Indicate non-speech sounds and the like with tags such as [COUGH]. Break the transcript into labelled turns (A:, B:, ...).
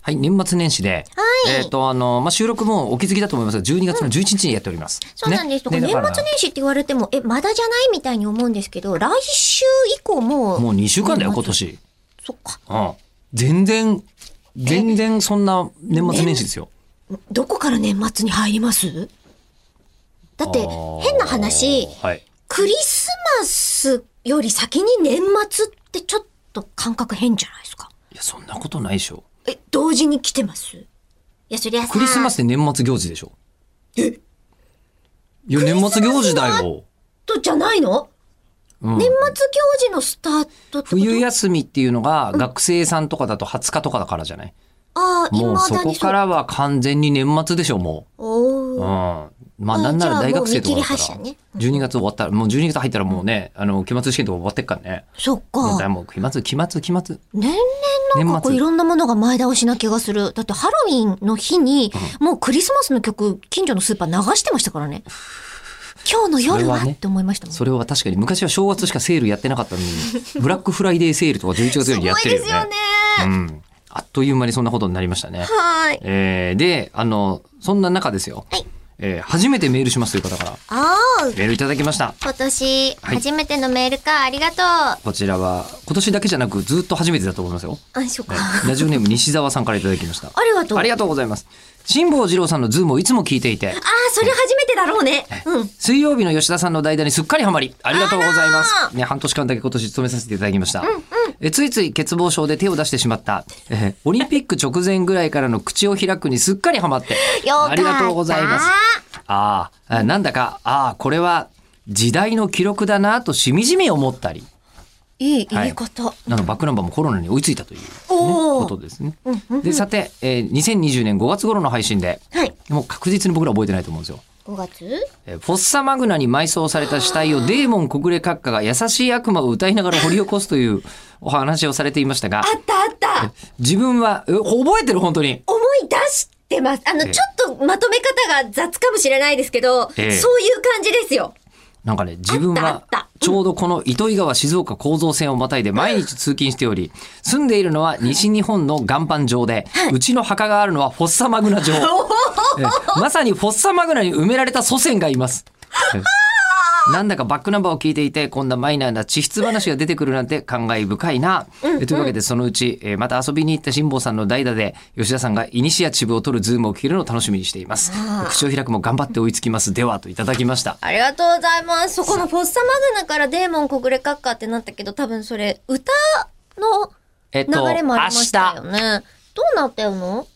A: はい、年末年始で、えっ、と、あの、まあ、収録もお気づきだと思いますが、12月の11日にやっております。
B: そうなんです。とか
A: ね
B: 年
A: だ
B: 末
A: から
B: 年始って言われても、え、まだじゃないみたいに思うんですけど、来週以降も、
A: もう2週間だよ、
B: 年末
A: 今年。
B: そっか。
A: うん。全然、全然そんな年末年始ですよ。
B: どこから年末に入りますだって
A: あー、
B: 変な話、
A: はい。
B: クリスマスより先に年末ってちょっと感覚変じゃないですか。
A: いや、そんなことないでしょ。
B: え、同時に来てますいや、そりゃさ、
A: クリスマスって年末行事でしょ。えいや、年末行事だよ。
B: とじゃないの、
A: うん
B: 年末行事のスタートってこと
A: 冬休みっていうのが学生さんとかだと20日とかだからじゃない、
B: ああ、
A: もう
B: 未
A: そ
B: だ
A: こ
B: に
A: か
B: そう。
A: らは完全に年末でしょ、も
B: お
A: う。うん。
B: ー
A: まあ
B: あ
A: なんなら大学生とかだ
B: じゃあもう見切り
A: か
B: 発車
A: ら、
B: ね
A: 12月終わったら、もう12月入ったらもうね、あの、期末試験とか終わってっからね。
B: そっ
A: もうだ
B: か。
A: もう期末、期末、期末。
B: 年々なんかこ
A: 年
B: う
A: 末
B: いろんなものが前倒しな気がする。だってハロウィンの日に、もうクリスマスの曲、近所のスーパー流してましたからね。今日の夜は
A: それはね
B: って思いましたもん。
A: それは確かに昔は正月しかセールやってなかったのに、
B: [LAUGHS]
A: ブラックフライデーセールとか11月よりやってるよね。
B: すごいですよね。
A: うん。あっという間にそんなことになりましたね。
B: はい。
A: えー、で、あの、そんな中ですよ。
B: はい
A: えー初めてメールしますという方から
B: ああ、
A: メールいただきました。
B: 今年、
A: はい
B: 初めてのメールか、ありがとう。あ、
A: こちらは今年だけじゃなくずっと初めてだと思い
B: [LAUGHS]
A: ますよ。
B: そうか。
A: はいラジオネーム西澤さんからいただきました。
B: ありがとう。
A: ありがとうございます。辛坊治郎さんのズームをいつも聞いていて、
B: ああ、それ初めてだろうね。うん。
A: 水曜日の吉田さんの代打にすっかりハマり、ありがとうございます。ね、半年間だけ今年勤めさせていただきました。えついつい欠乏症で手を出してしまった、えオリンピック直前ぐらいからの口を開くにすっかりハマって、
B: よかった。
A: ありがとうございます。あーあ、なんだか、ああ、これは時代の記録だなとしみじみ思ったり、
B: いい言い方。
A: なんかバックナンバーもコロナに追いついたという、ね、
B: おー
A: ことですね。で、さて、えー2020年5月頃の配信で、
B: はい。
A: もう確実に僕ら覚えてないと思うんですよ。
B: 5月
A: えーフォッサマグナに埋葬された死体をデーモン国連閣下が優しい悪魔を歌いながら掘り起こすというお話をされていましたが、
B: あったあった。
A: 自分は、え覚えてる本当に。
B: 思い出してます。あの、
A: え
B: ちょっとまとめ方が雑かもしれないですけど、
A: ええ
B: そういう感じですよ。
A: なんかね、自分
B: あっ
A: は
B: たあった
A: ちょうどこの糸魚川静岡構造線をまたいで毎日通勤しており、住んでいるのは西日本の岩盤上で、うちの墓があるのはフォッサマグナ
B: [LAUGHS]
A: 城。えーまさにフォッサマグナに埋められた祖先がいます。えーなんだかバックナンバーを聞いていて、こんなマイナーな地質話が出てくるなんて感慨深いな。えというわけで、そのうち、えーまた遊びに行った辛坊さんの代打で、吉田さんがイニシアチブを取るズームを聞けるのを楽しみにしています。口を開くも頑張って追いつきます。では、といただきました。
B: ありがとうございます。そこのフォッサマグナからデーモン国連閣下ってなったけど、多分それ、歌の
A: えっと、
B: 流れもありました
A: 明
B: よ
A: 日、
B: ね。どうなったよの